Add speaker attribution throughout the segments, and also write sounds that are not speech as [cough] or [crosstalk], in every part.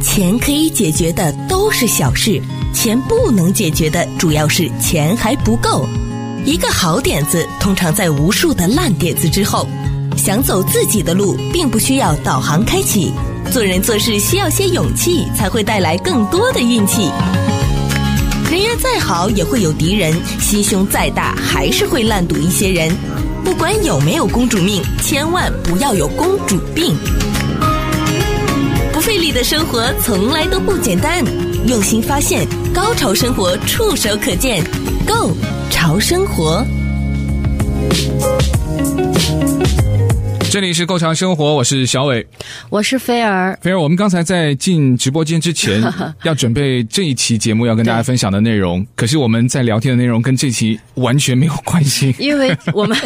Speaker 1: 钱可以解决的都是小事，钱不能解决的主要是钱还不够。一个好点子通常在无数的烂点子之后。想走自己的路，并不需要导航开启。做人做事需要些勇气，才会带来更多的运气。人缘再好也会有敌人，心胸再大还是会烂赌一些人。不管有没有公主命，千万不要有公主病。不费力的生活从来都不简单，用心发现，高潮生活触手可见，Go 潮生活。
Speaker 2: 这里是《够长生活》，我是小伟，
Speaker 3: 我是菲儿。
Speaker 2: 菲儿，我们刚才在进直播间之
Speaker 3: [laughs]
Speaker 2: 前，要准备这一期节目要跟大家分享的内容，可是我们在聊天的内容跟这期完全没有关系，
Speaker 3: [laughs] 因为我们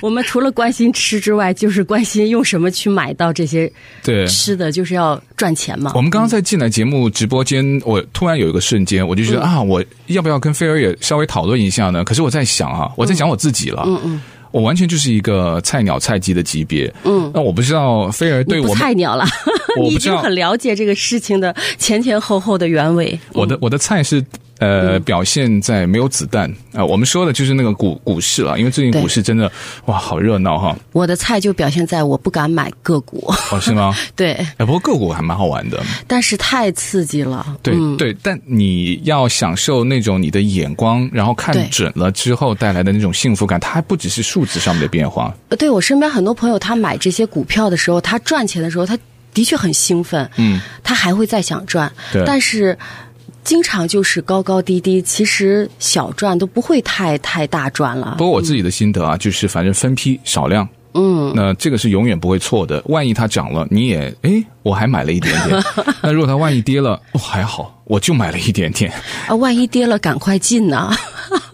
Speaker 3: 我们除了关心吃之外，就是关心用什么去买到这些
Speaker 2: 对。
Speaker 3: 吃的，就是要赚钱嘛
Speaker 2: 我。们刚刚在进来节目直播间，我突然有一个瞬间，我就觉
Speaker 3: 嗯
Speaker 2: 得、啊，我要不要跟菲儿也稍微讨论一下呢？可是我在想
Speaker 3: 嗯
Speaker 2: 啊，我在讲我自己了，嗯嗯，我完全就是一个菜鸟菜鸡的级别，嗯，那我不知道菲儿对
Speaker 3: 你
Speaker 2: 我
Speaker 3: 不
Speaker 2: 们
Speaker 3: 菜鸟了，
Speaker 2: 我
Speaker 3: 你
Speaker 2: 不
Speaker 3: 已
Speaker 2: 知
Speaker 3: 经
Speaker 2: 道
Speaker 3: 很了解这个事情的前前后后的原委。
Speaker 2: 我的我的菜是呃，表现在没有子弹啊、我们说的就是那个股股市啊了，因为最近
Speaker 3: 对
Speaker 2: 股市真的哇，好热闹哈，
Speaker 3: 我的菜就表现在我不敢买个股，
Speaker 2: 哦是吗？
Speaker 3: 对，
Speaker 2: 哎，不过个股还蛮好玩的，
Speaker 3: 但是太刺激了。
Speaker 2: 对、对，但你要享受那种你的眼光，然后看
Speaker 3: 对
Speaker 2: 准了之后带来的那种幸福感，它还不只是数字上面的变化，
Speaker 3: 呃对我身边很多朋友，他买这些股票的时候，他赚钱的时候，他的确很兴奋，
Speaker 2: 嗯，
Speaker 3: 他还会再想赚
Speaker 2: 对，
Speaker 3: 但是经常就是高高低低，其实小赚都不会太太大赚了
Speaker 2: 不。过我自己的心得啊，就是反正分批少量。嗯，那这个是永远不会错的。万一它涨了，你也诶，我还买了一点点。那如果它万一跌了，哦，还好，我就买了一点点。
Speaker 3: 啊，万一跌了，赶快进呐、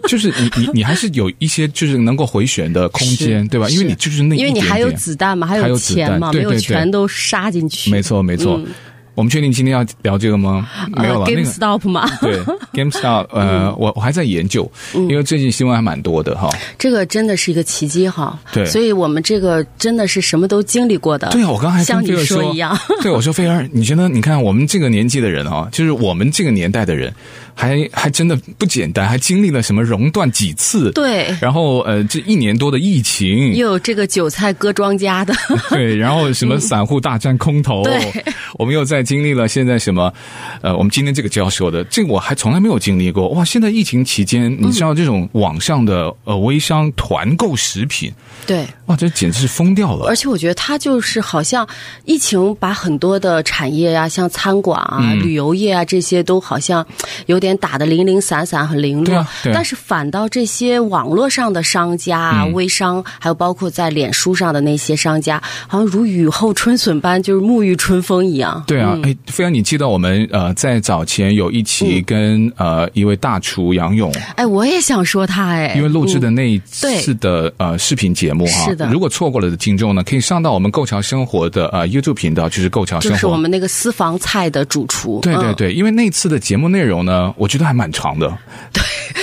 Speaker 2: 就是你你你还是有一些就是能够回旋的空间，
Speaker 3: 是
Speaker 2: 对吧？因为你就是 [laughs] 那一
Speaker 3: 因为
Speaker 2: 点
Speaker 3: 你
Speaker 2: 点，
Speaker 3: 还有子弹嘛，
Speaker 2: 还有
Speaker 3: 有
Speaker 2: 子弹
Speaker 3: 钱嘛，
Speaker 2: 对对
Speaker 3: 没有
Speaker 2: 对
Speaker 3: 全都杀进去。
Speaker 2: 没错没错。
Speaker 3: 嗯
Speaker 2: 我们确定今天要聊这个吗？没有了，
Speaker 3: g a
Speaker 2: 那个
Speaker 3: m e s t o p 嘛，
Speaker 2: [laughs] 对 GameStop，呃，
Speaker 3: 嗯
Speaker 2: 我我还在研究，因为最近新闻还蛮多的哈。
Speaker 3: 这个真的是一个奇迹哈。
Speaker 2: [laughs] 对
Speaker 3: 所以我们这个真的是什么都经历过的。
Speaker 2: 对啊，我刚才跟
Speaker 3: 像
Speaker 2: 菲
Speaker 3: 你
Speaker 2: 儿
Speaker 3: 一样， [laughs]
Speaker 2: [laughs] 对我说菲儿，你觉得你看我们这个年纪的人啊，就是我们这个年代的人，还还真的不简单，还经历了什么熔断几次，， [laughs]
Speaker 3: 对，
Speaker 2: 然后呃这一年多的疫情，
Speaker 3: 又有这个韭菜割庄稼
Speaker 2: [laughs]
Speaker 3: 的。 [laughs]
Speaker 2: 对，然后什么散户大战空头，
Speaker 3: 对
Speaker 2: 我们又在经历了现在什么，呃，我们今天这个就要说的，这个我还从来没有经历过。哇，现在疫情期间，你知道这种网上的呃微商团购食品，
Speaker 3: 对，
Speaker 2: 哇，这简直是疯掉了
Speaker 3: 而。且我觉得它就是好像疫情把很多的产业啊，像餐馆啊、
Speaker 2: 嗯
Speaker 3: 旅游业啊这些都好像有点打得零零散散、很零
Speaker 2: 对
Speaker 3: 落。
Speaker 2: 啊对啊嗯
Speaker 3: 但是反倒这些网络上的商家、啊、微商，还有包括在脸书上的那些商家，好像如雨后春笋般，就是沐浴春风一样。
Speaker 2: 对啊，哎，飞扬，你记得我们呃在早前有一期跟、呃一位大厨杨勇，
Speaker 3: 哎，我也想说他哎，
Speaker 2: 因为录制的
Speaker 3: 嗯
Speaker 2: 那一次的、呃视频节目哈、
Speaker 3: 是的
Speaker 2: 如果错过了的听众呢，可以上到我们“购潮生活的”呃 YouTube 频道，就是“购潮生
Speaker 3: 就
Speaker 2: 活”，
Speaker 3: 是我们那个私房菜的主厨。
Speaker 2: 对对
Speaker 3: 嗯
Speaker 2: 对，因为那次的节目内容呢，我觉得还蛮长的。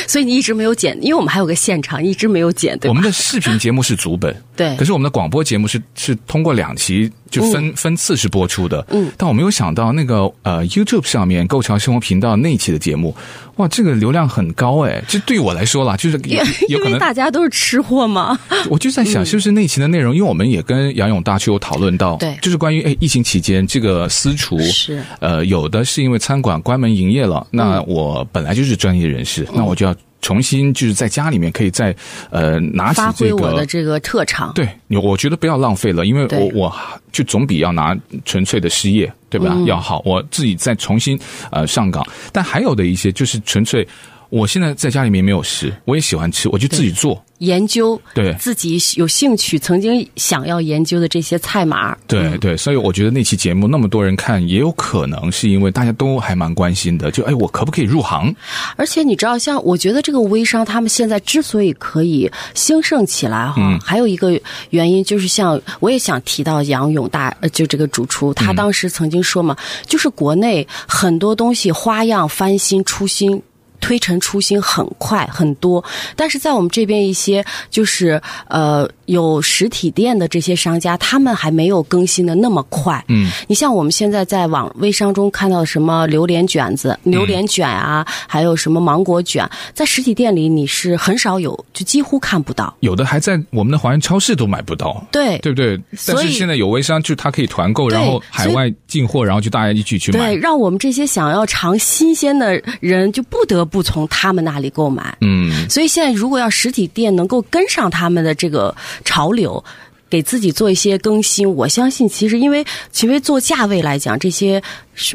Speaker 3: 所以你一直没有剪，因为我们还有个现场，一直没有剪，对
Speaker 2: 我
Speaker 3: 吧？
Speaker 2: 们的视频节目是主本，
Speaker 3: [laughs] 对嗯
Speaker 2: 可是我们的广播节目是是通过两期就分、分次是播出的。嗯，但我没有想到那个呃 YouTube 上面“购潮生活”频道那一期的节目，哇，这个流量很高哎！这对我来说啦，就是
Speaker 3: 因
Speaker 2: 有
Speaker 3: 为
Speaker 2: 有
Speaker 3: [laughs] 因
Speaker 2: 可
Speaker 3: 为
Speaker 2: 能，
Speaker 3: 大家都是吃货嘛。
Speaker 2: 我就在
Speaker 3: 嗯
Speaker 2: 想，是不是那期的内容，因为我们也跟杨勇大去有讨论到，
Speaker 3: 对
Speaker 2: 就是关于哎疫情期间这个私厨
Speaker 3: 是嗯
Speaker 2: 呃，有的是因为餐馆关门营业了，那我本来就是专业人士，那我就要重新就是在家里面可以再呃拿起
Speaker 3: 发
Speaker 2: 这
Speaker 3: 挥我
Speaker 2: 个
Speaker 3: 的。这个特长。
Speaker 2: 对，你我觉得不要浪费了，因为
Speaker 3: 对
Speaker 2: 我我就总比要拿纯粹的失业，对
Speaker 3: 嗯
Speaker 2: 吧？要好，我自己再重新呃上岗。但还有的一些就是纯粹，我现在在家里面没有食，我也喜欢吃，我就自己做。
Speaker 3: 研究
Speaker 2: 对
Speaker 3: 自己有兴趣、曾经想要研究的这些菜码。
Speaker 2: 对对，所以我觉得那期节目那么多人看，也有可能是因为大家都还蛮关心的，就哎，我可不可以入行？
Speaker 3: 而且你知道，像我觉得这个微商他们现在之所以可以兴盛起来哈，还有一个原因就是像我也想提到杨勇大，呃就这个主厨，他当时曾经说嘛，就是国内很多东西花样翻新出新。推陈出新很快很多，但是在我们这边一些就是呃有实体店的这些商家，他们还没有更新的那么快。
Speaker 2: 嗯，
Speaker 3: 你像我们现在在网微商中看到什么榴莲卷子、榴莲卷啊，
Speaker 2: 嗯
Speaker 3: 还有什么芒果卷，在实体店里你是很少有，就几乎看不到。
Speaker 2: 有的还在我们的华人超市都买不到，
Speaker 3: 对
Speaker 2: 对不对？但
Speaker 3: 所
Speaker 2: 是
Speaker 3: 以
Speaker 2: 现在有微商，就是它可以团购，
Speaker 3: 对
Speaker 2: 然后海外进货，然后就大家一起去买
Speaker 3: 对，。让我们这些想要尝新鲜的人，就不得不从他们那里购买。
Speaker 2: 嗯，
Speaker 3: 所以现在如果要实体店能够跟上他们的这个潮流。给自己做一些更新，我相信其实因为其实做价位来讲，这些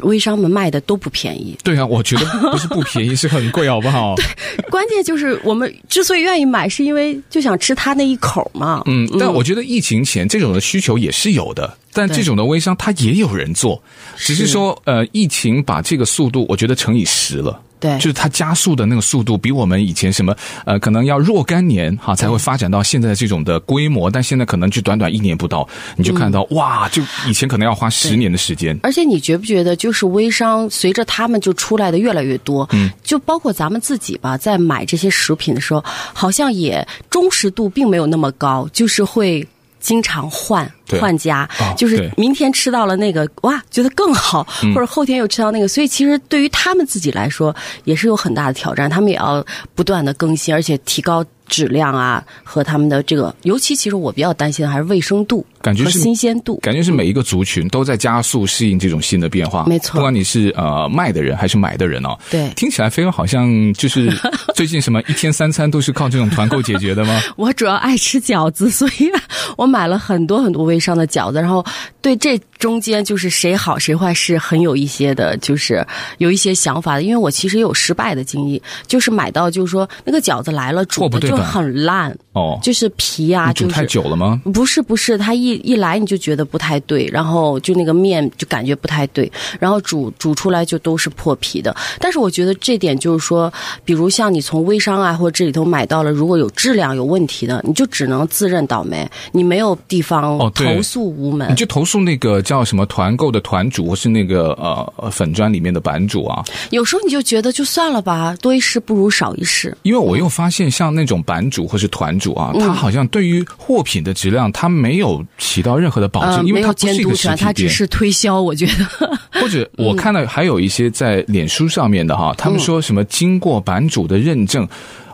Speaker 3: 微商们卖的都不便宜。
Speaker 2: 对啊，我觉得不是不便宜，是很贵，好不
Speaker 3: [laughs]
Speaker 2: 好？嗯
Speaker 3: 关键就是我们之所以愿意买，是因为就想吃它那一口嘛。
Speaker 2: 嗯，但我觉得疫情前这种的需求也是有的，但
Speaker 3: 对
Speaker 2: 这种的微商它也有人做，只是
Speaker 3: 是
Speaker 2: 说呃，疫情把这个速度我觉得乘以十了。
Speaker 3: 对
Speaker 2: 就是它加速的那个速度比我们以前什么呃，可能要若干年哈、才会发展到现在这种的规模，但现在可能就短短一年不到，你就看到、
Speaker 3: 嗯
Speaker 2: 哇，就以前可能要花十年的时间。
Speaker 3: 而且你觉不觉得，就是微商随着他们就出来的越来越多，嗯，就包括咱们自己吧，在买这些食品的时候，好像也忠实度并没有那么高，就是会。经常换
Speaker 2: 对
Speaker 3: 换家，
Speaker 2: 哦
Speaker 3: 就是
Speaker 2: 对嗯
Speaker 3: 明天吃到了那个哇，觉得更好，或者后天又吃到那嗯个，所以其实对于他们自己来说也是有很大的挑战，他们也要不断的更新，而且提高质量啊和他们的这个，尤其其实我比较担心的还是卫生度，
Speaker 2: 感觉
Speaker 3: 和
Speaker 2: 是
Speaker 3: 新鲜度，
Speaker 2: 感觉是每一个族群都在加速适应这种新的变化，
Speaker 3: 没错
Speaker 2: 不管你是呃卖的人还是买的人哦，
Speaker 3: 对
Speaker 2: 听起来飞儿好像就是最近什么一天三餐都是靠这种团购解决的
Speaker 3: [laughs]
Speaker 2: 吗？
Speaker 3: 我主要爱吃饺子， [laughs] 所以我买了很多很多微商的饺子，然后对这中间就是谁好谁坏是很有一些的，就是有一些想法的。因为我其实有失败的经历，就是买到就是说那个饺子来了，煮
Speaker 2: 货不
Speaker 3: 的
Speaker 2: 对
Speaker 3: 就
Speaker 2: 版
Speaker 3: 很烂，
Speaker 2: 哦，
Speaker 3: 就是皮啊，
Speaker 2: 你
Speaker 3: 就
Speaker 2: 煮
Speaker 3: 是
Speaker 2: 太久了吗？
Speaker 3: 不是不是，它一一来你就觉得不太对，然后就那个面就感觉不太对，然后煮煮出来就都是破皮的。但是我觉得这点就是说，比如像你从微商啊或者这里头买到了，如果有质量有问题的，你就只能自认倒霉，你没有地方
Speaker 2: 哦对
Speaker 3: 投诉无门。
Speaker 2: 你就投诉那个叫什么团购的团主，或是那个呃呃粉砖里面的版主啊，
Speaker 3: 有时候你就觉得就算了吧，多一事不如少一事。
Speaker 2: 因为我又发现像那种版主或是团主
Speaker 3: 嗯
Speaker 2: 啊，他好像对于货品的质量，他没有起到任何的保
Speaker 3: 呃，
Speaker 2: 哦证，因为
Speaker 3: 没有
Speaker 2: 他不
Speaker 3: 监
Speaker 2: 是一
Speaker 3: 督
Speaker 2: 个实
Speaker 3: 权，
Speaker 2: 体
Speaker 3: 它只
Speaker 2: 店。
Speaker 3: 是嗯推销。我觉得
Speaker 2: 或者我看到还有一些在脸书上面的哈，他们说什么经过版主的认证。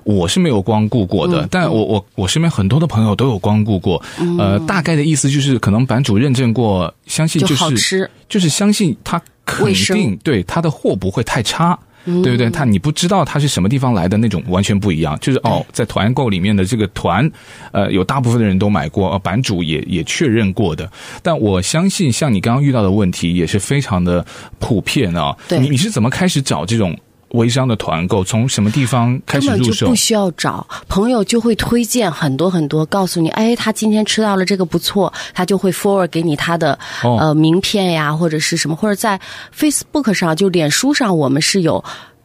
Speaker 2: 我是没有光顾过
Speaker 3: 嗯
Speaker 2: 的，但我我我身边很多的朋友都有光顾过，呃，大概的意思就是可能版主认证过，相信
Speaker 3: 嗯就是好吃
Speaker 2: 就是相信他肯
Speaker 3: 卫生嗯
Speaker 2: 定对他的货不会太差。对不对？他你不知道他是什么地方来的那种，完全不一样。就是哦，在团购里面的这个团，呃，有大部分的人都买过，呃、版主也也确认过的。但我相信，像你刚刚遇到的问题也是非常的普遍啊。
Speaker 3: 对
Speaker 2: 你你是怎么开始找这种微商的团购？从什么地方开
Speaker 3: 根
Speaker 2: 始
Speaker 3: 本
Speaker 2: 入
Speaker 3: 哎就
Speaker 2: 手
Speaker 3: 不？需要找朋友，就会推荐很多很多，告诉你，哎，他今天吃到了这个不错，他就会 forward 给你他的、
Speaker 2: 哦
Speaker 3: 呃名片呀，或者是什么，或者在 Facebook 上就脸书上，我们是有。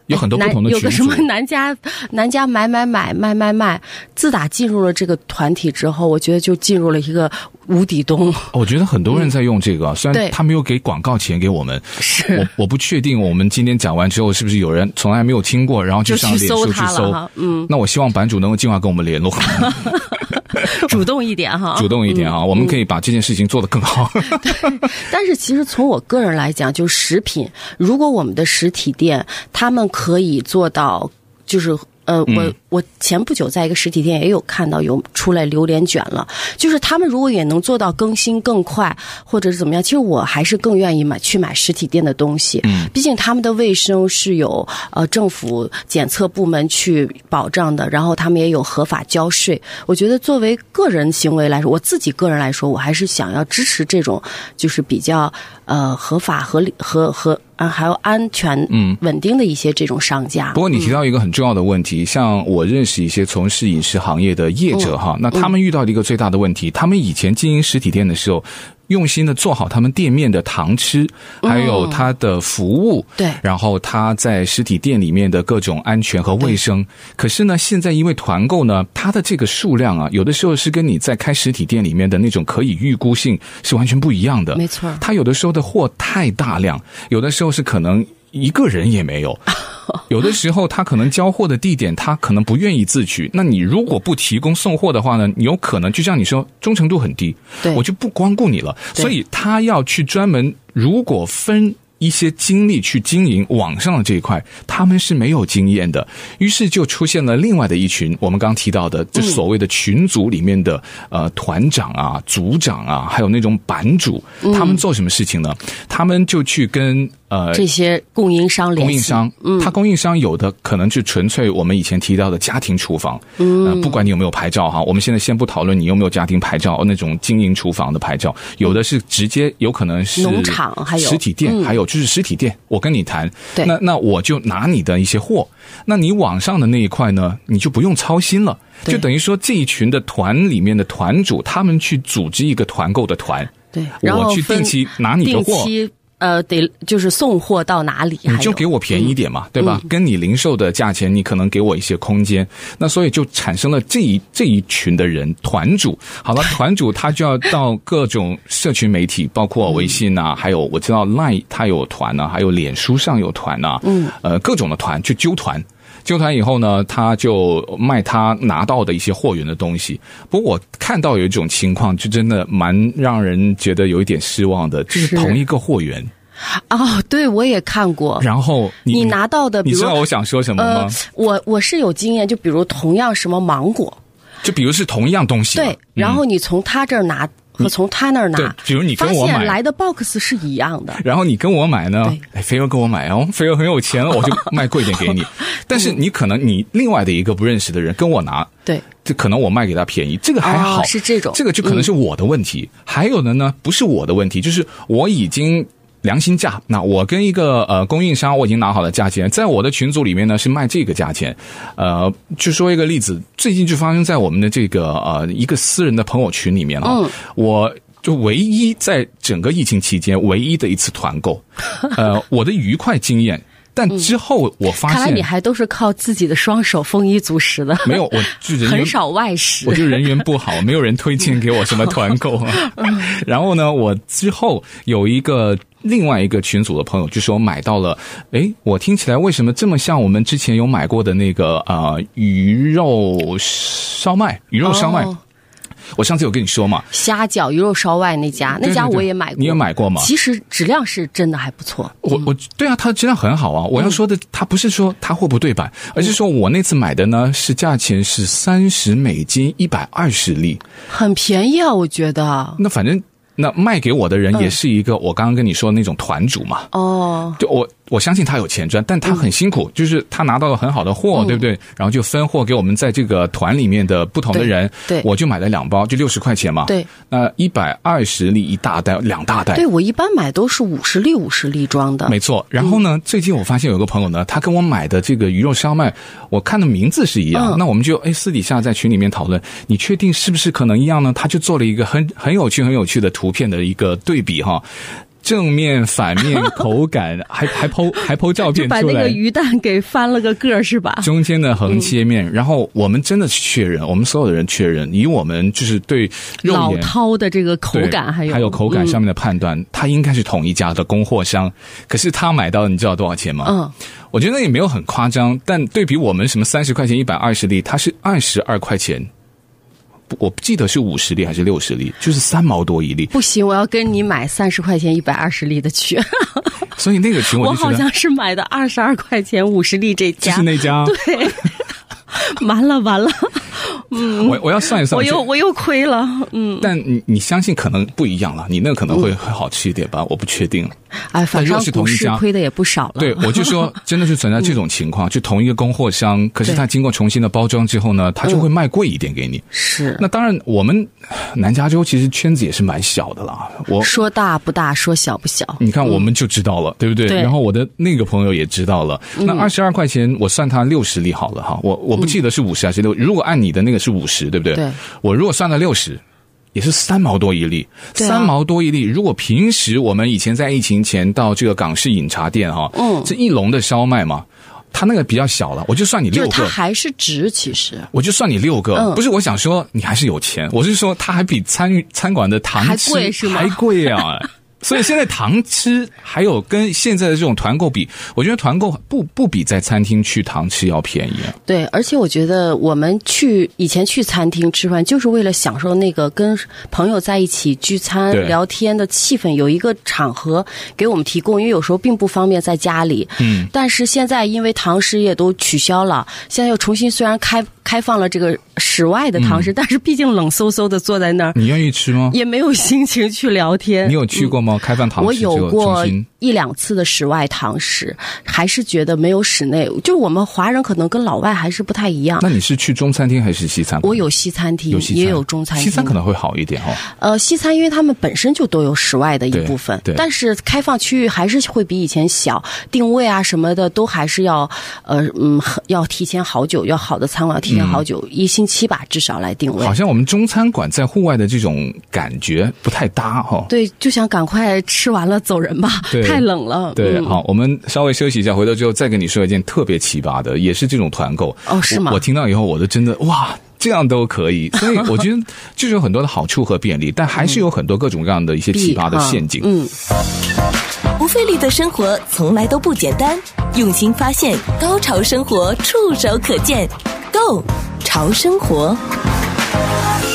Speaker 2: 有很多
Speaker 3: 南
Speaker 2: 不同的
Speaker 3: 哎有个
Speaker 2: 群
Speaker 3: 什
Speaker 2: 组
Speaker 3: 么南家南家买买买卖卖卖，自打进入了这个团体之后，我觉得就进入了一个无底洞。
Speaker 2: 我觉得很多人在用这个啊，虽
Speaker 3: 对
Speaker 2: 然他没有给广告钱给我们，
Speaker 3: [laughs] 是
Speaker 2: 我我不确定我们今天讲完之后是不是有人从来没有听过，然后
Speaker 3: 就
Speaker 2: 上
Speaker 3: 去
Speaker 2: 脸
Speaker 3: 搜
Speaker 2: 书去
Speaker 3: 它了
Speaker 2: 搜
Speaker 3: 哈，嗯，
Speaker 2: 那我希望版主能够尽快跟我们联
Speaker 3: [laughs]
Speaker 2: 络，
Speaker 3: 主动一点哈，
Speaker 2: 主动一点啊，我们可以把这件事情做得更
Speaker 3: [laughs]
Speaker 2: 好。
Speaker 3: 但是其实从我个人来讲，就是食品，如果我们的实体店他们可以做到，就是。呃，我我前不久在一个实体店也有看到有出来榴莲卷了，就是他们如果也能做到更新更快，或者是怎么样，其实我还是更愿意买去买实体店的东西，嗯，毕竟他们的卫生是有呃政府检测部门去保障的，然后他们也有合法交税。我觉得作为个人行为来说，我自己个人来说，我还是想要支持这种就是比较呃合法、合理、和和啊还有安全、嗯稳定的一些这种商家。
Speaker 2: 不过你提到一个很重要的问题，像我认识一些从事饮食行业的业
Speaker 3: 嗯
Speaker 2: 者哈，那他们遇到的一个最大的问题，他们以前经营实体店的时候。用心的做好他们店面的糖吃，还
Speaker 3: 哦
Speaker 2: 有他的服务，
Speaker 3: 对
Speaker 2: 然后他在实体店里面的各种安全和卫生。可是呢，现在因为团购呢，它的这个数量啊，有的时候是跟你在开实体店里面的那种可以预估性是完全不一样的。
Speaker 3: 没错
Speaker 2: 它有的时候的货太大量，有的时候是可能一个人也没有。有的时候他可能交货的地点他可能不愿意自取，那你如果不提供送货的话呢，你有可能就像你说忠诚度很低，
Speaker 3: 对
Speaker 2: 我就不光顾你了。
Speaker 3: 对
Speaker 2: 所以他要去专门，如果分。一些精力去经营网上的这一块，他们是没有经验的，于是就出现了另外的一群，我们刚提到的，
Speaker 3: 嗯
Speaker 2: 这所谓的群组里面的、呃团长啊、组长啊，还有那种版主，
Speaker 3: 嗯
Speaker 2: 他们做什么事情呢？他们就去跟呃
Speaker 3: 这些供应商联
Speaker 2: 供
Speaker 3: 系嗯
Speaker 2: 应商，它供应商有的可能就纯粹我们以前提到的家庭厨房，嗯、不管你有没有牌照哈，我们现在先不讨论你有没有家庭牌照那种经营厨房的牌照，有的是直接有可能是
Speaker 3: 农场还有嗯
Speaker 2: 实体店，还有就是实体店，我跟你谈，
Speaker 3: 对
Speaker 2: 那那我就拿你的一些货，那你网上的那一块呢，你就不用操心了。
Speaker 3: 对
Speaker 2: 就等于说，这一群的团里面的团主，他们去组织一个团购的团，
Speaker 3: 对，然后
Speaker 2: 我去
Speaker 3: 分
Speaker 2: 定期拿你的
Speaker 3: 定
Speaker 2: 货，
Speaker 3: 期呃得就是送货到哪里，还
Speaker 2: 你就
Speaker 3: 有
Speaker 2: 给我便宜一点嘛，对吧？跟你零售的价钱，你可能给我一些空间，那所以就产生了这一这一群的人，团主。好了，团主他就要到各种社群媒体，包括微信啊，还有我知道 Line 他有团啊，还有脸书上有团啊，嗯，呃，各种的团去揪团。纠团以后呢，他就卖他拿到的一些货源的东西。不过我看到有一种情况，就真的蛮让人觉得有一点失望的，就是
Speaker 3: 是
Speaker 2: 同一个货源，
Speaker 3: 哦，对我也看过，
Speaker 2: 然后你
Speaker 3: 你拿到的，比
Speaker 2: 你
Speaker 3: 如
Speaker 2: 知道我想说什么吗？
Speaker 3: 呃，我我是有经验，就比如同样什么芒果，
Speaker 2: 就比如是同一样东西嘛，
Speaker 3: 对，然后你从他这儿拿和从他那儿
Speaker 2: 嗯对
Speaker 3: 拿，
Speaker 2: 比如你跟
Speaker 3: 发
Speaker 2: 我买
Speaker 3: 现来的 box 是一样的，
Speaker 2: 然后你跟我买呢
Speaker 3: 对，
Speaker 2: 哎，肥油跟我买哦，肥油很有钱了，我就卖贵一点给
Speaker 3: [laughs]
Speaker 2: 你。但是你可能你另外的一个不认识的人跟我拿，
Speaker 3: 对，
Speaker 2: 这可能我卖给他便宜，这个还好，
Speaker 3: 哦是这种嗯
Speaker 2: 这个就可能是我的问题。还有的呢，不是我的问题，就是我已经。良心价，那我跟一个呃供应商，我已经拿好了价钱，在我的群组里面呢是卖这个价钱，呃，就说一个例子，最近就发生在我们的这个呃一个私人的朋友群里面啊，
Speaker 3: 嗯
Speaker 2: 我就唯一在整个疫情期间唯一的一次团
Speaker 3: [laughs]
Speaker 2: 购，呃，我的愉快经验，但之后我发
Speaker 3: 嗯看来
Speaker 2: 现、
Speaker 3: 你还都是靠自己的双手丰衣足食的，
Speaker 2: 没有，我就人
Speaker 3: [laughs] 很
Speaker 2: 缘
Speaker 3: 少外
Speaker 2: 我
Speaker 3: 食。
Speaker 2: 就人缘不好，没有人推荐给我什么团购、啊。
Speaker 3: 嗯
Speaker 2: [laughs] 然后呢，我之后有一个另外一个群组的朋友就说买到了，诶，我听起来为什么这么像我们之前有买过的那个呃鱼肉烧麦？鱼肉烧麦，
Speaker 3: 哦
Speaker 2: 我上次有跟你说嘛，
Speaker 3: 虾饺、鱼肉烧外那家，那家
Speaker 2: 对对对
Speaker 3: 我也买过，
Speaker 2: 你也买过吗
Speaker 3: 其嗯实质量是真的还不错。
Speaker 2: 我我对啊，它质量很好啊。我
Speaker 3: 嗯
Speaker 2: 要说的，它不是说它货不对版，而是说我那次买的呢是价钱是三十美金，一百二十粒。
Speaker 3: 很便宜啊，我觉得。
Speaker 2: 那反正那卖给我的
Speaker 3: 嗯
Speaker 2: 人也是一个我刚刚跟你说的那种团主嘛。
Speaker 3: 哦，
Speaker 2: 就我我相信他有钱赚，但他很辛苦，就是他拿到了很好的货，
Speaker 3: 嗯
Speaker 2: 对不对？然后就分货给我们在这个团里面的不同的人。
Speaker 3: 对对
Speaker 2: 我就买了两包，就六十块钱嘛。
Speaker 3: 对，
Speaker 2: 那一百二十粒一大袋，两大袋。
Speaker 3: 对我一般买都是五十粒、五十粒装的。嗯
Speaker 2: 没错，然后呢？最近我发现有个朋友呢，他跟我买的这个鱼肉烧麦，我看的名字是一样，
Speaker 3: 嗯
Speaker 2: 那我们就哎私底下在群里面讨论，你确定是不是可能一样呢？他就做了一个很很有趣、很有趣的图片的一个对比哈，正面、反面、口感， [laughs] 还还剖还剖照片
Speaker 3: 把
Speaker 2: 出
Speaker 3: 那
Speaker 2: 来
Speaker 3: 个。鱼啊蛋给翻了个个儿是吧？
Speaker 2: 中间的横切
Speaker 3: 嗯
Speaker 2: 面，然后我们真的确认，我们所有的人确认，以我们就是对肉
Speaker 3: 老
Speaker 2: 眼
Speaker 3: 饕的这个口
Speaker 2: 对
Speaker 3: 感还有
Speaker 2: 还有口感
Speaker 3: 嗯
Speaker 2: 上面的判断，它应该是同一家的供货商。可是他买到的，你知道多少钱吗？
Speaker 3: 嗯，
Speaker 2: 我觉得也没有很夸张，但对比我们什么三十块钱一百二十粒，它是二十二块钱。不我不记得是五十粒还是六十粒，就是三毛多一粒，
Speaker 3: 不行，我要跟你买三十块钱一百二十粒的去。
Speaker 2: 所以那个群
Speaker 3: 我
Speaker 2: 我就觉
Speaker 3: 好
Speaker 2: 得
Speaker 3: 像是买的二十二块钱五十粒这
Speaker 2: 就
Speaker 3: 家，
Speaker 2: 是那家，
Speaker 3: 对， [laughs] 完了完了，
Speaker 2: 我我要算一算，
Speaker 3: 我
Speaker 2: 就
Speaker 3: 又我又亏了，嗯，
Speaker 2: 但你你相信可能不一样了，你那个可能会会好吃一点吧，我不确
Speaker 3: [laughs]
Speaker 2: 定。
Speaker 3: 哎，反
Speaker 2: 但
Speaker 3: 正
Speaker 2: 若是同
Speaker 3: 股
Speaker 2: 一
Speaker 3: 市
Speaker 2: 家
Speaker 3: 亏的也不少了，
Speaker 2: 对，我就说，真的是存在这种情
Speaker 3: 嗯
Speaker 2: 况，就同一个供货商，可是
Speaker 3: 对
Speaker 2: 它经过重新的包装之后呢，它
Speaker 3: 嗯
Speaker 2: 就会卖贵一点给你。
Speaker 3: 是
Speaker 2: 那当然，我们南加州其实圈子也是蛮小的啦。我
Speaker 3: 说大不大，说小不小，
Speaker 2: 你看，我们就知道了，对不对？
Speaker 3: 嗯对嗯
Speaker 2: 然后我的那个朋友也知道了。那二十二块钱，我算他六十粒好了哈。我我不记得是五十还是六，如果按你的那个是五十，对不对？
Speaker 3: 对。
Speaker 2: 我如果算了六十。也是三毛多一粒，
Speaker 3: 对啊
Speaker 2: 三毛多一粒。如果平时我们以前在疫情前到这个港式饮茶店哈，
Speaker 3: 嗯
Speaker 2: 这一笼的烧麦嘛，它那个比较小了，我就算你
Speaker 3: 就
Speaker 2: 六
Speaker 3: 是
Speaker 2: 个，
Speaker 3: 它还是值，其实
Speaker 2: 我就算你六个，
Speaker 3: 嗯
Speaker 2: 不是我想说你还是有钱，我是说它还比餐餐馆的糖
Speaker 3: 还
Speaker 2: 吃
Speaker 3: 贵是吗 [laughs]
Speaker 2: 还贵啊！所以现在堂吃还有跟现在的这种团购比，我觉得团购不不比在餐厅去堂吃要便宜啊。
Speaker 3: 对，而且我觉得我们去以前去餐厅吃饭，就是为了享受那个跟朋友在一起聚餐
Speaker 2: 对
Speaker 3: 聊天的气氛，有一个场合给我们提供，因为有时候并不方便在家里。嗯，但是现在因为堂食也都取消了，现在又重新虽然开开放了这个室外的堂食，
Speaker 2: 嗯
Speaker 3: 但是毕竟冷飕飕的坐在那儿，
Speaker 2: 你愿意吃吗？
Speaker 3: 也没有心情去聊
Speaker 2: [laughs]
Speaker 3: 天。嗯
Speaker 2: 你有去过吗？开饭堂
Speaker 3: 我
Speaker 2: 吃这
Speaker 3: 有
Speaker 2: 个
Speaker 3: 过
Speaker 2: 重新
Speaker 3: 一两次的室外堂食，还是觉得没有室内。就是我们华人可能跟老外还是不太一样。
Speaker 2: 那你是去中餐厅还是西餐？
Speaker 3: 啊我有西餐厅，
Speaker 2: 有西餐，
Speaker 3: 也有中餐厅。
Speaker 2: 西餐可能会好一点哦。
Speaker 3: 呃，西餐因为他们本身就都有室外的一
Speaker 2: 对
Speaker 3: 部分
Speaker 2: 对，
Speaker 3: 但是开放区域还是会比以前小，定位啊什么的都还是要，呃嗯，很要提前好久，要好的餐馆要提前好久，一星期吧至少来定位
Speaker 2: 好。像我们中餐馆在户外的这种感觉不太搭哈、哦。
Speaker 3: 对，就想赶快吃完了走人吧
Speaker 2: 对，
Speaker 3: 太冷了。
Speaker 2: 对，
Speaker 3: 嗯
Speaker 2: 好，我们稍微休息一下，回头之后再跟你说一件特别奇葩的，也是这种团购。
Speaker 3: 哦是吗
Speaker 2: 我我听到以后，我都真的哇，这样都可以。所 [laughs] 以我觉得就是有很多的好处和便利，但还是有很多各种各样的一些奇葩的陷阱。
Speaker 3: 嗯，
Speaker 1: 不费力的生活从来都不简单，用心发现，高潮生活触手可见 g o 潮生活，
Speaker 2: 嗯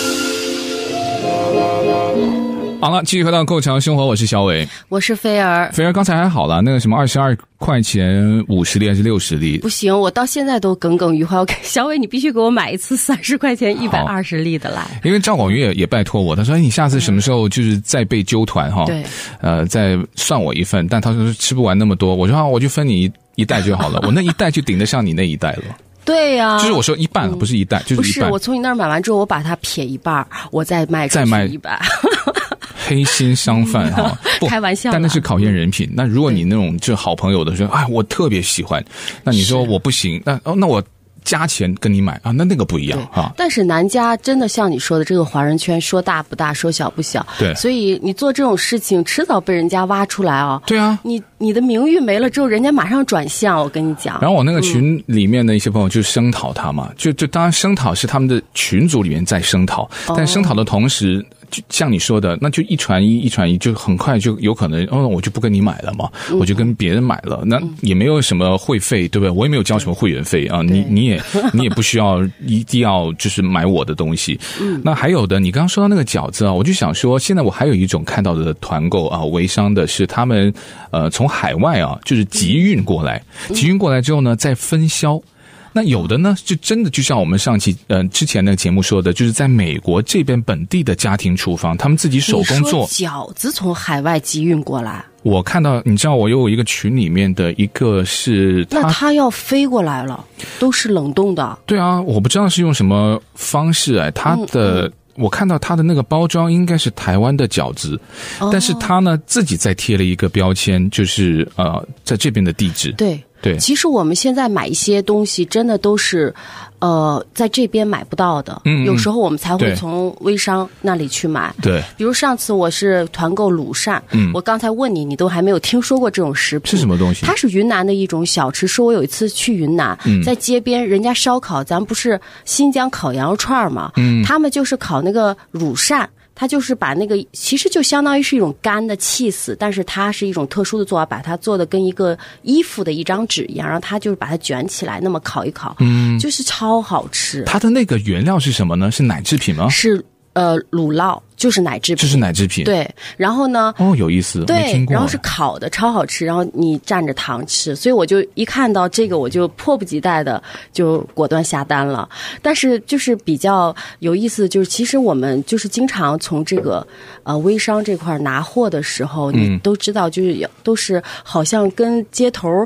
Speaker 2: 好了，继续回到《购潮生活》，我是小伟。
Speaker 3: 我是菲儿。
Speaker 2: 菲儿刚才还好了，那个什么二十二块钱五十粒还是六十粒
Speaker 3: 不？行，我到现在都耿耿于怀。我给小伟，你必须给我买一次三十块钱、一百二十粒的来。
Speaker 2: 因为赵广岳也拜托我，他说：“哎，你下次什么时候就是再被揪团哈？
Speaker 3: 对，
Speaker 2: 呃，再算我一份。”但他说吃不完那么多，我说啊，我就分你一一袋就好了，我那一袋就顶得上你那一袋了。
Speaker 3: 对呀、
Speaker 2: 就是我说一半，啊不是一袋，就
Speaker 3: 啊嗯不
Speaker 2: 是一
Speaker 3: 是
Speaker 2: 半
Speaker 3: 我。从你那儿买完之后，我把它撇一半儿，我再卖出
Speaker 2: 再卖
Speaker 3: 去一半。
Speaker 2: 黑心商
Speaker 3: [laughs]
Speaker 2: 贩哈，不
Speaker 3: 开玩笑啦
Speaker 2: 但那是考验人品。那如果你那种就好朋友的说，哎，我特别喜欢，那你说我不行，那哦，那我加钱跟你买啊，那那个不一样啊。
Speaker 3: [laughs] 但是南家真的像你说的，这个华人圈说大不大，说小不小。
Speaker 2: 对
Speaker 3: 所以你做这种事情，迟早被人家挖出来啊、
Speaker 2: 对啊，
Speaker 3: 你你的名誉没了之后，人家马上转向。我跟你讲，
Speaker 2: 然后我那个群里面的一些朋友就声讨他
Speaker 3: 嗯
Speaker 2: 嘛，就就当然声讨是他们的群组里面在声讨，
Speaker 3: 哦
Speaker 2: 但声讨的同时，就像你说的，那就一传一，一传一，就很快就有可能，哦，我就不跟你买了嘛，
Speaker 3: 嗯
Speaker 2: 我就跟别人买了，那也没有什么会费，对不对？我也没有交什么会员费啊，你你也你也不需要一定要就是买我的东西。
Speaker 3: 嗯
Speaker 2: 那还有的，你刚刚说到那个饺子啊，我就想说，现在我还有一种看到的团购啊，微商的是他们呃从海外啊，就是集运过来，
Speaker 3: 嗯
Speaker 2: 集运过来之后呢，再分销。那有的呢，就真的就像我们上期呃之前那个节目说的，就是在美国这边本地的家庭厨房，他们自己手工
Speaker 3: 你说
Speaker 2: 做。
Speaker 3: 饺子从海外集运过来，
Speaker 2: 我看到，你知道，我有一个群里面的一个是
Speaker 3: 那
Speaker 2: 他，
Speaker 3: 它要飞过来了，都是冷冻的。
Speaker 2: 对啊，我不知道是用什么方式哎，他
Speaker 3: 嗯
Speaker 2: 的。我看到他的那个包装应该是台湾的饺子，
Speaker 3: 哦
Speaker 2: 但是他呢自己再贴了一个标签，就是呃在这边的地址。
Speaker 3: 对。
Speaker 2: 对
Speaker 3: 其实我们现在买一些东西，真的都是，呃，在这边买不到的。
Speaker 2: 嗯嗯
Speaker 3: 有时候我们才
Speaker 2: 对
Speaker 3: 会从微商那里去买。
Speaker 2: 对，
Speaker 3: 比如上次我是团购卤扇，
Speaker 2: 嗯
Speaker 3: 我刚才问你，你都还没有听说过这种食品
Speaker 2: 是什么东西
Speaker 3: 它是云南的一种小吃。说我有一次去云南，
Speaker 2: 嗯
Speaker 3: 在街边人家烧烤，咱不是新疆烤羊肉串儿嘛，
Speaker 2: 嗯
Speaker 3: 他们就是烤那个乳扇。它就是把那个，其实就相当于是一种干的 cheese，但是它是一种特殊的做法，把它做的跟一个衣服的一张纸一样，然后它就是把它卷起来，那么烤一烤，嗯，就是超好吃，
Speaker 2: 它的那个原料是什么呢？是奶制品吗？
Speaker 3: 是呃乳酪，就是奶制
Speaker 2: 这
Speaker 3: 品，
Speaker 2: 是奶制品。，
Speaker 3: 对，然后呢，
Speaker 2: 哦，有意思，没 [laughs]
Speaker 3: 对
Speaker 2: 听，过。
Speaker 3: 然后是烤的，超好吃。然后你蘸着糖吃，所以我就一看到这个，我就迫不及待的就果断下单了。但是就是比较有意思，就是其实我们就是经常从这个呃微商这块儿拿货的时候，你都知道，就是有都是好像跟街头儿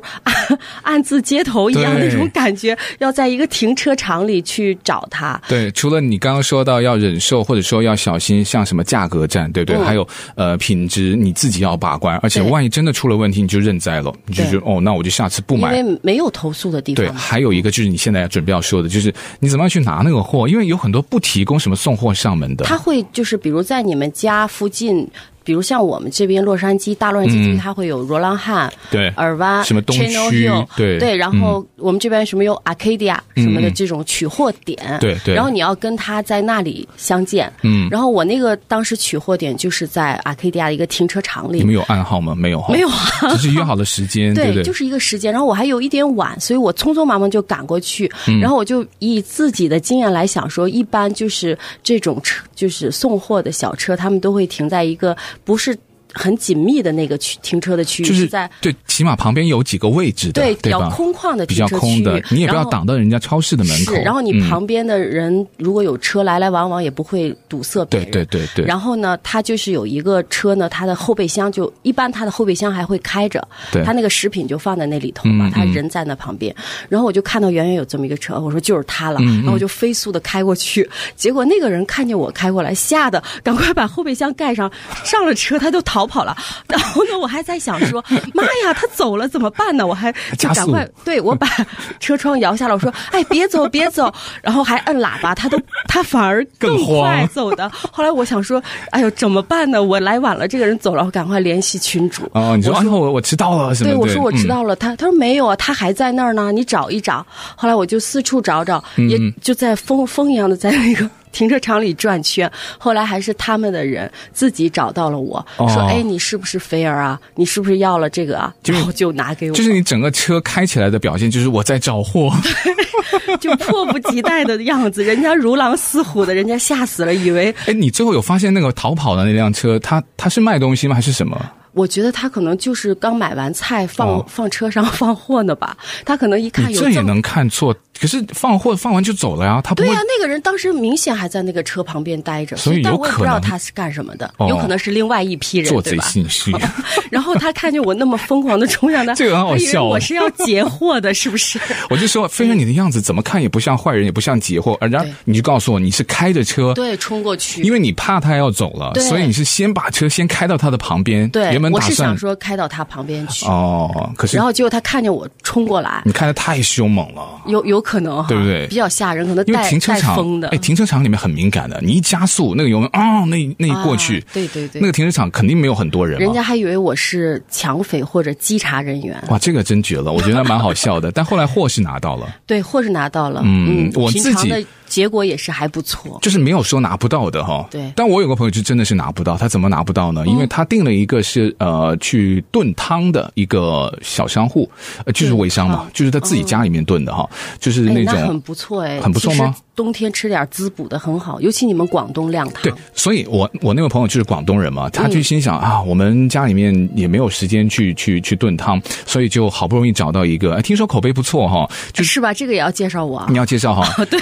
Speaker 3: 暗自街头一样
Speaker 2: 对
Speaker 3: 那种感觉，要在一个停车场里去找它。
Speaker 2: 对，除了你刚刚说到要忍受，或者说要小心，像什么价格战，对不对？
Speaker 3: 嗯
Speaker 2: 还有呃品质，你自己要把关，而且
Speaker 3: 对
Speaker 2: 万一真的出了问题，你就认栽了，你就觉
Speaker 3: 对
Speaker 2: 得哦，那我就下次不
Speaker 3: 因
Speaker 2: 买。
Speaker 3: 为没有投诉的地方
Speaker 2: 对，
Speaker 3: 嘛，
Speaker 2: 还有一个就是你现在要准备要说的，就是你怎么样去拿那个货，因为有很多不提供什么送货上门的。
Speaker 3: 他会就是比如在你们家附近比如像我们这边洛杉矶、大洛杉矶地区，它会有罗浪汉、
Speaker 2: 嗯对
Speaker 3: 尔湾、
Speaker 2: 什么东
Speaker 3: Channel
Speaker 2: 区
Speaker 3: Hill，
Speaker 2: 对嗯
Speaker 3: 然后我们这边什么有 Arcadia 什么的
Speaker 2: 嗯嗯
Speaker 3: 这种取货点，
Speaker 2: 对对
Speaker 3: 然后你要跟他在那里相见，
Speaker 2: 嗯
Speaker 3: 然后我那个当时取货点就是在 Arcadia 的一个停车场里
Speaker 2: 你，们有暗号吗？没有，
Speaker 3: 没有，啊。
Speaker 2: 只是约好了时
Speaker 3: [laughs]
Speaker 2: 间，
Speaker 3: 对
Speaker 2: 不对？
Speaker 3: 就是一个时间。然后我还有一点晚，所以我匆匆忙忙就赶过去。
Speaker 2: 嗯
Speaker 3: 然后我就以自己的经验来想说，一般就是这种车，就是送货的小车，他们都会停在一个不是很紧密的那个区停车的区域，
Speaker 2: 就是是
Speaker 3: 在。
Speaker 2: 对，起码旁边有几个位置的，
Speaker 3: 对
Speaker 2: 对
Speaker 3: 比较
Speaker 2: 吧？
Speaker 3: 空旷的
Speaker 2: 比
Speaker 3: 停
Speaker 2: 较
Speaker 3: 车区
Speaker 2: 空
Speaker 3: 域，
Speaker 2: 的，你也不
Speaker 3: 然
Speaker 2: 要
Speaker 3: 后
Speaker 2: 挡到人家超市的门口。
Speaker 3: 是，然后你
Speaker 2: 嗯
Speaker 3: 旁边的人如果有车来来往往，也不会堵塞别
Speaker 2: 对
Speaker 3: 人。
Speaker 2: 对对对，
Speaker 3: 然后呢，它就是有一个车呢，它的后备箱就一般它的后备箱还会开着
Speaker 2: 对，
Speaker 3: 它那个食品就放在那里头嘛
Speaker 2: 嗯，
Speaker 3: 它
Speaker 2: 嗯
Speaker 3: 人在那旁边。然后我就看到远远有这么一个车，我说就是它了，
Speaker 2: 嗯
Speaker 3: 然后我就飞速的开过去。结果那个人看见我开过来，吓得赶快把后备箱盖上，上了车他就逃跑了。然后呢，我还在想
Speaker 2: [laughs]
Speaker 3: 说，妈呀，他走了怎么办呢？我还就
Speaker 2: 加速
Speaker 3: 赶快对我把车窗摇下来，我说：“哎，别走，别走！”然后还摁喇叭，他都他反而
Speaker 2: 更慌
Speaker 3: 快走的。 [laughs] 后来我想说：“哎呦，怎么办呢？我来晚了，这个人走了，我赶快联系群主。
Speaker 2: 哦，你说
Speaker 3: 我
Speaker 2: 啊，
Speaker 3: 说
Speaker 2: 我我迟到了什么？
Speaker 3: 对，我说我迟
Speaker 2: 嗯
Speaker 3: 到了，他他说没有啊，他还在那儿呢，你找一找。后来我就四处找找，
Speaker 2: 嗯
Speaker 3: 也就在疯疯一样的在那个停车场里转圈。后来还是他们的人自己找到了我，
Speaker 2: 哦
Speaker 3: 说：“哎，你是不是菲儿啊？你是不是要了这个啊？”
Speaker 2: 就是
Speaker 3: 然后就拿给我，
Speaker 2: 就是你整个车开起来的表现，就是我在找
Speaker 3: [laughs]
Speaker 2: 货，
Speaker 3: 就迫不及待的样子，人家如狼似虎的，人家吓死了，以为
Speaker 2: 哎，你最后有发现那个逃跑的那辆车，它它是卖东西吗？还是什么？
Speaker 3: 我觉得他可能就是刚买完菜放、
Speaker 2: 哦
Speaker 3: 放车上放货呢吧， [laughs] 他可能一看
Speaker 2: 你
Speaker 3: 有
Speaker 2: 这也
Speaker 3: 么
Speaker 2: 能看错？可是放货放完就走了呀，他不
Speaker 3: 对
Speaker 2: 会
Speaker 3: 呀、那个人当时明显还在那个车旁边待着，
Speaker 2: 所以
Speaker 3: 但
Speaker 2: 有
Speaker 3: 我也
Speaker 2: 可
Speaker 3: 不知道
Speaker 2: 能
Speaker 3: 他是干什么的，
Speaker 2: 哦
Speaker 3: 有可能是另外一批人，
Speaker 2: 做
Speaker 3: 对
Speaker 2: 贼
Speaker 3: 吧？
Speaker 2: 心虚。
Speaker 3: [laughs] 然后他看见我那么疯狂的冲向他，
Speaker 2: [laughs] 这个很好
Speaker 3: 他以为
Speaker 2: 笑哦
Speaker 3: 我是要截货的，是
Speaker 2: [laughs]
Speaker 3: 不是？
Speaker 2: 我就说，飞人，你的样子怎么看也不像坏人，也不像劫货，而然后
Speaker 3: 对
Speaker 2: 你就告诉我你是开着车，
Speaker 3: 对，冲过去，
Speaker 2: 因
Speaker 3: 为
Speaker 2: 为你怕他要走了，
Speaker 3: 对
Speaker 2: 所以你是先把车先开到他的旁边。
Speaker 3: 对，
Speaker 2: 原本
Speaker 3: 我
Speaker 2: 打
Speaker 3: 是
Speaker 2: 算
Speaker 3: 想说开到他旁边去，
Speaker 2: 哦，可是
Speaker 3: 然后结果他看见我冲过来，
Speaker 2: 你看的太凶猛了。
Speaker 3: 有有可能哈
Speaker 2: 对不对
Speaker 3: 比较吓人，可能
Speaker 2: 因为
Speaker 3: 带
Speaker 2: 停车
Speaker 3: 带
Speaker 2: 场
Speaker 3: 风的，
Speaker 2: 哎，停车场里面很敏感的，你一加速，那个油门啊、那一那一过去、
Speaker 3: 啊对对对
Speaker 2: 那个停车场肯定没有很多人嘛。
Speaker 3: 人家还以为我是抢匪或者稽查人员，
Speaker 2: 哇，这个真绝了，我觉得蛮好笑
Speaker 3: [laughs]
Speaker 2: 的。但后来货是拿到了，
Speaker 3: 对，或是拿到了，
Speaker 2: 嗯我
Speaker 3: 平
Speaker 2: 自
Speaker 3: 常
Speaker 2: 己
Speaker 3: 的结果也是还不错，
Speaker 2: 就是没有说拿不到的哈。
Speaker 3: 对嗯
Speaker 2: 但我有个朋友就真的是拿不到，他怎么拿不到呢？因为他订了一个是呃去炖汤的一个小商户，呃就是微商
Speaker 3: 炖
Speaker 2: 嘛
Speaker 3: 汤，
Speaker 2: 就是他自己家里面炖的哈，就是
Speaker 3: 嗯哎，
Speaker 2: 那
Speaker 3: 很
Speaker 2: 种。
Speaker 3: 不错哎，
Speaker 2: 很不错吗？
Speaker 3: 冬天吃点滋补的很好，尤其你们广东靓汤
Speaker 2: 对，所以我我那个朋友就是广东人嘛，他就心
Speaker 3: 嗯
Speaker 2: 想、啊，我们家里面也没有时间去去去炖汤，所以就好不容易找到一个，哎，听说口碑不错哈、就是
Speaker 3: 哎吧？这个也要介绍我啊
Speaker 2: [laughs] 你。要介绍哈，
Speaker 3: [laughs]
Speaker 2: 对，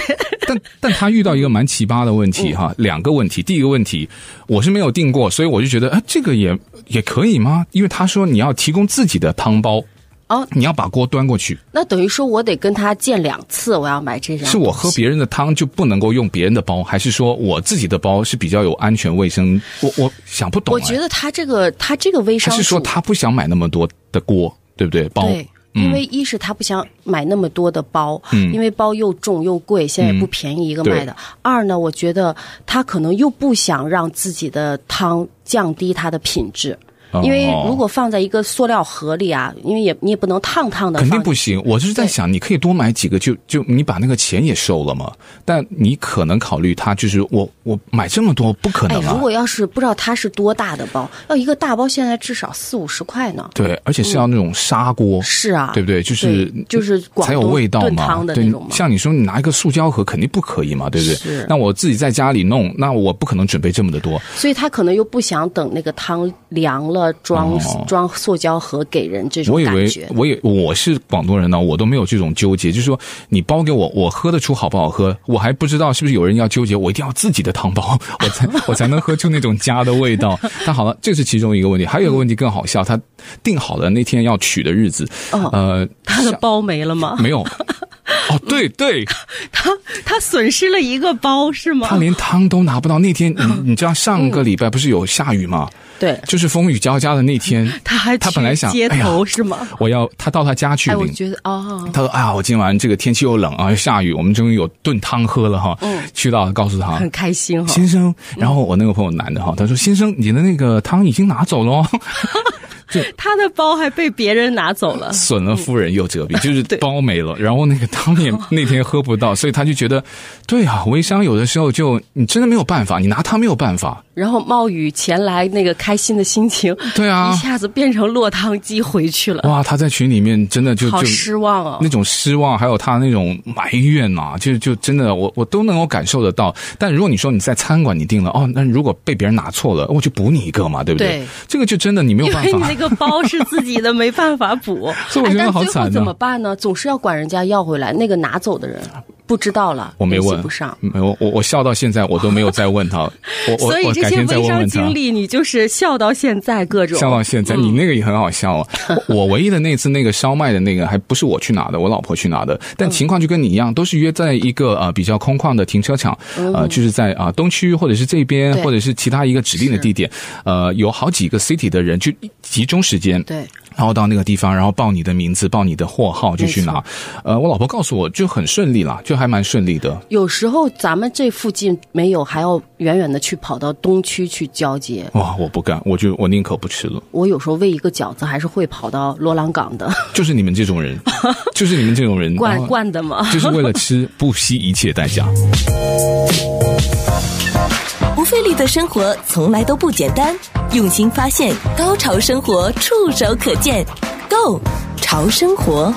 Speaker 2: 但但他遇到一个蛮奇葩的问题
Speaker 3: 嗯
Speaker 2: 哈，两个问题。第一个问题，我是没有订过，所以我就觉得，啊，这个也也可以吗？因为他说你要提供自己的汤包，
Speaker 3: 哦，
Speaker 2: 你要把锅端过去，
Speaker 3: 那等于说我得跟他见两次，我要买这样。
Speaker 2: 是我喝别人的汤就不能够用别人的包，还是说我自己的包是比较有安全卫生？我我想不懂、哎
Speaker 3: 我觉得他这个他这个微
Speaker 2: 他
Speaker 3: 商
Speaker 2: 是说
Speaker 3: 主
Speaker 2: 他不想买那么多的锅，对不对？包。
Speaker 3: 对。因为一是他不想买那么多的包，
Speaker 2: 嗯
Speaker 3: 因为包又重又贵，现在也不便宜一个卖的。二呢，我觉得他可能又不想让自己的汤降低它的品质，
Speaker 2: 哦
Speaker 3: 因为如果放在一个塑料盒里啊，因为也你也不能烫烫的放
Speaker 2: 肯
Speaker 3: 进去，
Speaker 2: 定不行。我就是在想，你可以多买几个就，就你把那个钱也收了嘛。但你可能考虑他就是我我买这么多不可
Speaker 3: 哎
Speaker 2: 能，啊
Speaker 3: 如。果要是不知道它是多大的包，要一个大包现在至少四五十块呢。
Speaker 2: 对，而且是要那种砂锅，
Speaker 3: 是啊，
Speaker 2: 对不对？就是
Speaker 3: 嗯对就是广
Speaker 2: 才有
Speaker 3: 东
Speaker 2: 味道
Speaker 3: 炖
Speaker 2: 嘛
Speaker 3: 汤。的
Speaker 2: 对
Speaker 3: 那种嘛，。
Speaker 2: 像你说你拿一个塑胶盒肯定不可以嘛，对不
Speaker 3: 是
Speaker 2: 对？那我自己在家里弄，那我不可能准备这么的多。
Speaker 3: 所以他可能又不想等那个汤凉了装、
Speaker 2: 哦
Speaker 3: 装塑胶盒给人这种
Speaker 2: 我以
Speaker 3: 感
Speaker 2: 为
Speaker 3: 觉。
Speaker 2: 我也我是广东人呢，我都没有这种纠结，就是说你包给我，我喝得出好不好喝，我还不知道是不是有人要纠结，我一定要自己的汤包， [laughs] 我才我才能喝出那种家的味道。 [laughs] 但好了，这是其中一个问题，还有一个问题更好笑，他定好了那天要取的日子，
Speaker 3: 哦
Speaker 2: 呃，
Speaker 3: 他的包没了吗？
Speaker 2: 没有。
Speaker 3: [laughs]
Speaker 2: 哦，对对，
Speaker 3: 他他损失了一个包是吗？
Speaker 2: 他连汤都拿不到。那天
Speaker 3: [laughs]
Speaker 2: 你你知道上个礼拜不是有下雨吗？
Speaker 3: 对，
Speaker 2: 就是风雨交加的那天，
Speaker 3: 嗯他还
Speaker 2: 他本来想
Speaker 3: 去街
Speaker 2: 哎呀
Speaker 3: 头、是吗？
Speaker 2: 我要他到他家去
Speaker 3: 哎，我
Speaker 2: 领。
Speaker 3: 觉得哦，
Speaker 2: 他说：“啊，我今晚这个天气又冷啊，又下雨，我们终于有炖汤喝了哈。
Speaker 3: 嗯
Speaker 2: 去到告诉他，
Speaker 3: 很嗯开心哈、
Speaker 2: 先生，然后我那个朋友男的哈，他说：“先生，你的那个汤已经拿走了
Speaker 3: [laughs]
Speaker 2: 哦，。
Speaker 3: 他的包还被别人拿走了
Speaker 2: [laughs] 损了夫人又折兵，就是
Speaker 3: 嗯 [laughs] 对
Speaker 2: 包没了。然后那个汤
Speaker 3: [laughs]
Speaker 2: 也那天喝不到，所以他就觉得，对啊，微商有的时候就你真的没有办法，你拿他没有办法。
Speaker 3: 然后冒雨前来那个开心的心情，
Speaker 2: 对啊
Speaker 3: 一，下子变成落汤鸡回去了，
Speaker 2: 哇，他在群里面真的就
Speaker 3: 好
Speaker 2: 就
Speaker 3: 失望哦
Speaker 2: 那。种失望，还有他那种埋怨呐、就就真的我我都能够感受得到。但如果你说你在餐馆你订了哦，那如果被别人拿错了，我就补你一个嘛，对不对？
Speaker 3: 对
Speaker 2: 这个就真的你没有
Speaker 3: 因
Speaker 2: 办
Speaker 3: 为你
Speaker 2: 法
Speaker 3: 那。个包是自己的，没办法补。
Speaker 2: [laughs] 所以我觉得
Speaker 3: 哎但
Speaker 2: 好
Speaker 3: 最后
Speaker 2: 惨呐啊
Speaker 3: 怎么办呢？总是要管人家要回来。那个拿走的人不知道了，
Speaker 2: 我没
Speaker 3: 联系
Speaker 2: 问，
Speaker 3: 不上。
Speaker 2: 没有，我我我笑到现在我都没有再问他，我我
Speaker 3: [laughs] 所以
Speaker 2: 我
Speaker 3: 这
Speaker 2: 改
Speaker 3: 些
Speaker 2: 天再
Speaker 3: 微
Speaker 2: 问
Speaker 3: 商
Speaker 2: 问他
Speaker 3: 经。历，你就是笑到现在，各种
Speaker 2: 笑到现
Speaker 3: 嗯
Speaker 2: 在，你那个也很好笑
Speaker 3: [laughs]
Speaker 2: 哦。我我唯一的那次那个烧麦的那个，还不是我去拿的，我老婆去拿的。
Speaker 3: 嗯
Speaker 2: 但情况就跟你一样，都是约在一个呃比较空旷的停车场，呃，就是在啊、呃东区或者是这边，
Speaker 3: 哦对
Speaker 2: 或者是其他一个指定的地点，呃，有好几个 city 的人就集中时间，
Speaker 3: 对，
Speaker 2: 然后到那个地方，然后报你的名字，报你的货号就去
Speaker 3: 没
Speaker 2: 拿。呃，我老婆告诉我就很顺利啦，就还蛮顺利的。
Speaker 3: 有时候咱们这附近没有，还要远远的去跑到东区去交接。
Speaker 2: 哇，我不干，我就我宁可不吃了。
Speaker 3: 我有时候为一个饺子，还是会跑到罗朗港
Speaker 2: [laughs]
Speaker 3: 的
Speaker 2: 就是你们这种
Speaker 3: [laughs]
Speaker 2: 人，就是你们这种人，然
Speaker 3: 惯
Speaker 2: 后
Speaker 3: 惯的嘛。
Speaker 2: 就是为了吃不惜一切代价。
Speaker 1: 不费力的生活从来都不简单，用心发现，高潮生活触手可见 g o 潮生活，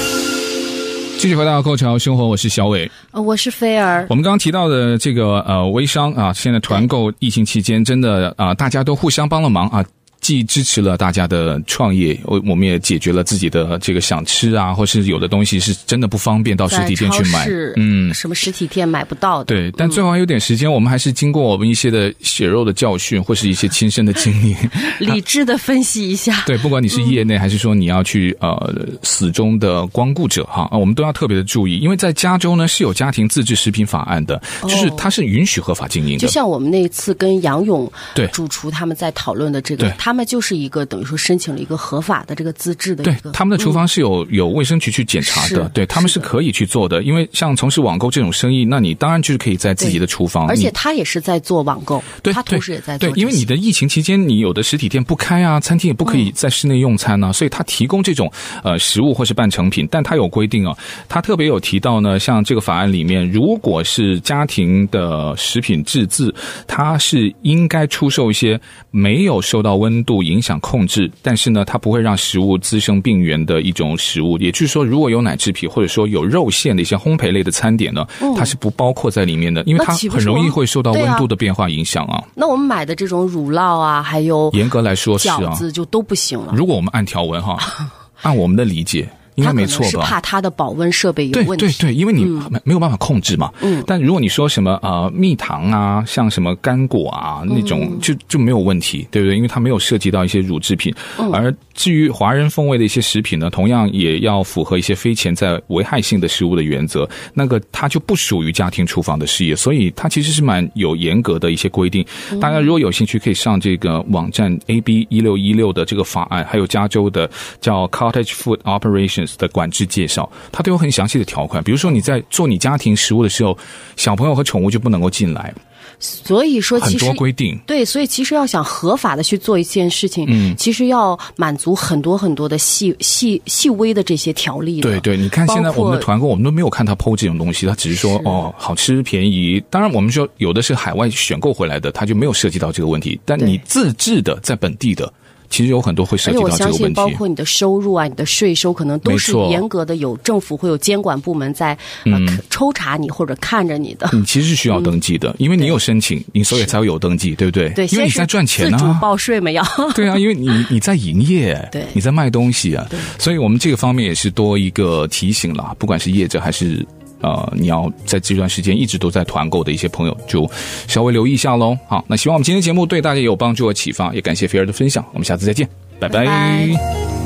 Speaker 2: [laughs] 继续回到《购潮生活》，我是小伟。
Speaker 3: 呃 [laughs] 我是菲儿
Speaker 2: 我，们刚刚提到的这个呃微商啊，现在团购疫情期间真的啊、大家都互相帮了忙啊。既支持了大家的创业，我我们也解决了自己的这个想吃啊，或是有的东西是真的不方便到实
Speaker 3: 在
Speaker 2: 体店去
Speaker 3: 超
Speaker 2: 买
Speaker 3: 市，
Speaker 2: 嗯，
Speaker 3: 什么实体店买不到的。
Speaker 2: 对。但最后还有点时间，我们还是经过我们一些的血肉的教训，或是一些亲身的经历，
Speaker 3: 理智的分析一下。
Speaker 2: 对，不管你是业
Speaker 3: 嗯
Speaker 2: 内还是说你要去呃死忠的光顾者哈、啊，我们都要特别的注意，因为在加州呢是有家庭自制食品法案的，就是它是允许合法经营的
Speaker 3: 哦就。像我们那次跟杨勇
Speaker 2: 对
Speaker 3: 主厨他们在讨论的这个
Speaker 2: 对，
Speaker 3: 他们就是一个等于说申请了一个合法的这个资质的
Speaker 2: 对
Speaker 3: 一个，嗯
Speaker 2: 他们的厨房是有、有卫生局去检查的，
Speaker 3: 是
Speaker 2: 对他们是
Speaker 3: 是的
Speaker 2: 可以去做的，因为像从事网购这种生意，那你当然就是可以在自己的厨房，
Speaker 3: 而
Speaker 2: 你
Speaker 3: 且他也是在做网购，
Speaker 2: 嗯对，
Speaker 3: 他
Speaker 2: 对
Speaker 3: 同时也在做
Speaker 2: 对
Speaker 3: 这，些。嗯
Speaker 2: 因为你的疫情期间，你有的实体店不开啊，餐厅也不可以在室内用餐呢、啊所以它提供这种呃食物或是半成品，但它有规定哦，它特别有提到呢，像这个法案里面，如果是家庭的食品自制，它是应该出售一些没有受到温度影响控制，但是呢，它不会让食物滋生病原的一种食物，也就是说，如果有奶制品或者说有肉馅的一些烘焙类的餐点呢，它是不包括在里面的，因为
Speaker 3: 嗯那
Speaker 2: 它
Speaker 3: 岂不
Speaker 2: 很
Speaker 3: 是
Speaker 2: 容易
Speaker 3: 我
Speaker 2: 会受到
Speaker 3: 对
Speaker 2: 温
Speaker 3: 啊
Speaker 2: 度的变化影响啊。
Speaker 3: 那我们买的这种乳酪啊，还有
Speaker 2: 严格来说是
Speaker 3: 饺
Speaker 2: 啊，
Speaker 3: 子就都不行了。
Speaker 2: 如果我们按条
Speaker 3: [laughs]
Speaker 2: 文哈，按我们的理解，应该
Speaker 3: 他可
Speaker 2: 没
Speaker 3: 能
Speaker 2: 错
Speaker 3: 是
Speaker 2: 吧
Speaker 3: 怕？它的保温设备有
Speaker 2: 对
Speaker 3: 问题。嗯
Speaker 2: 对对，因为你没没有办法控制嘛。嗯。但如果你说什么呃蜜糖啊，像什么干果啊那种，
Speaker 3: 嗯
Speaker 2: 就就没有问题，对不对？因为它没有涉及到一些乳制品。
Speaker 3: 嗯
Speaker 2: 而至于华人风味的一些食品呢，同样也要符合一些非潜在危害性的食物的原则，那个它就不属于家庭厨房的事业，所以它其实是蛮有严格的一些规定。
Speaker 3: 嗯
Speaker 2: 大家如果有兴趣，可以上这个网站 AB 一六一六的这个法案，还有加州的叫 Cottage Food Operations 的管制介绍，它都有很详细的条款。比如说你在做你家庭食物的时候，小朋友和宠物就不能够进来，
Speaker 3: 所以说
Speaker 2: 很
Speaker 3: 其实
Speaker 2: 多规定。
Speaker 3: 对，所以其实要想合法的去做一件事情，嗯，其实要满足很多很多的细细细微的这些条例的。
Speaker 2: 对对，你看现在
Speaker 3: 包括
Speaker 2: 我们的团购，我们都没有看他剖这种东西，他只是说
Speaker 3: 是
Speaker 2: 哦好吃便宜。当然，我们说有的是海外选购回来的，他就没有涉及到这个问题。但
Speaker 3: 对
Speaker 2: 你自制的在本地的，其实有很多会涉
Speaker 3: 而
Speaker 2: 及
Speaker 3: 且我
Speaker 2: 到这
Speaker 3: 相
Speaker 2: 个
Speaker 3: 信，
Speaker 2: 问
Speaker 3: 包
Speaker 2: 题。
Speaker 3: 括你的收入啊、你的税收，可能都是
Speaker 2: 没错嗯
Speaker 3: 严格的，有政府会有监管部门在、呃抽查你或者看着你的。
Speaker 2: 你其实是需
Speaker 3: 嗯
Speaker 2: 要登记的，因为你有申请，你所以才会有登记，对不对？
Speaker 3: 对，
Speaker 2: 因为
Speaker 3: 先
Speaker 2: 你
Speaker 3: 是
Speaker 2: 在赚钱
Speaker 3: 自主
Speaker 2: 啊。
Speaker 3: 报税嘛要。
Speaker 2: [laughs] 对啊，因为你你在营业，
Speaker 3: 对
Speaker 2: 你在卖东西啊，所以我们这个方面也是多一个提醒啦。不管是业者还是呃，你要在这段时间一直都在团购的一些朋友，就稍微留意一下喽。好，那希望我们今天节目对大家有帮助和启发，也感谢菲儿的分享，我们下次再见，拜
Speaker 3: 拜拜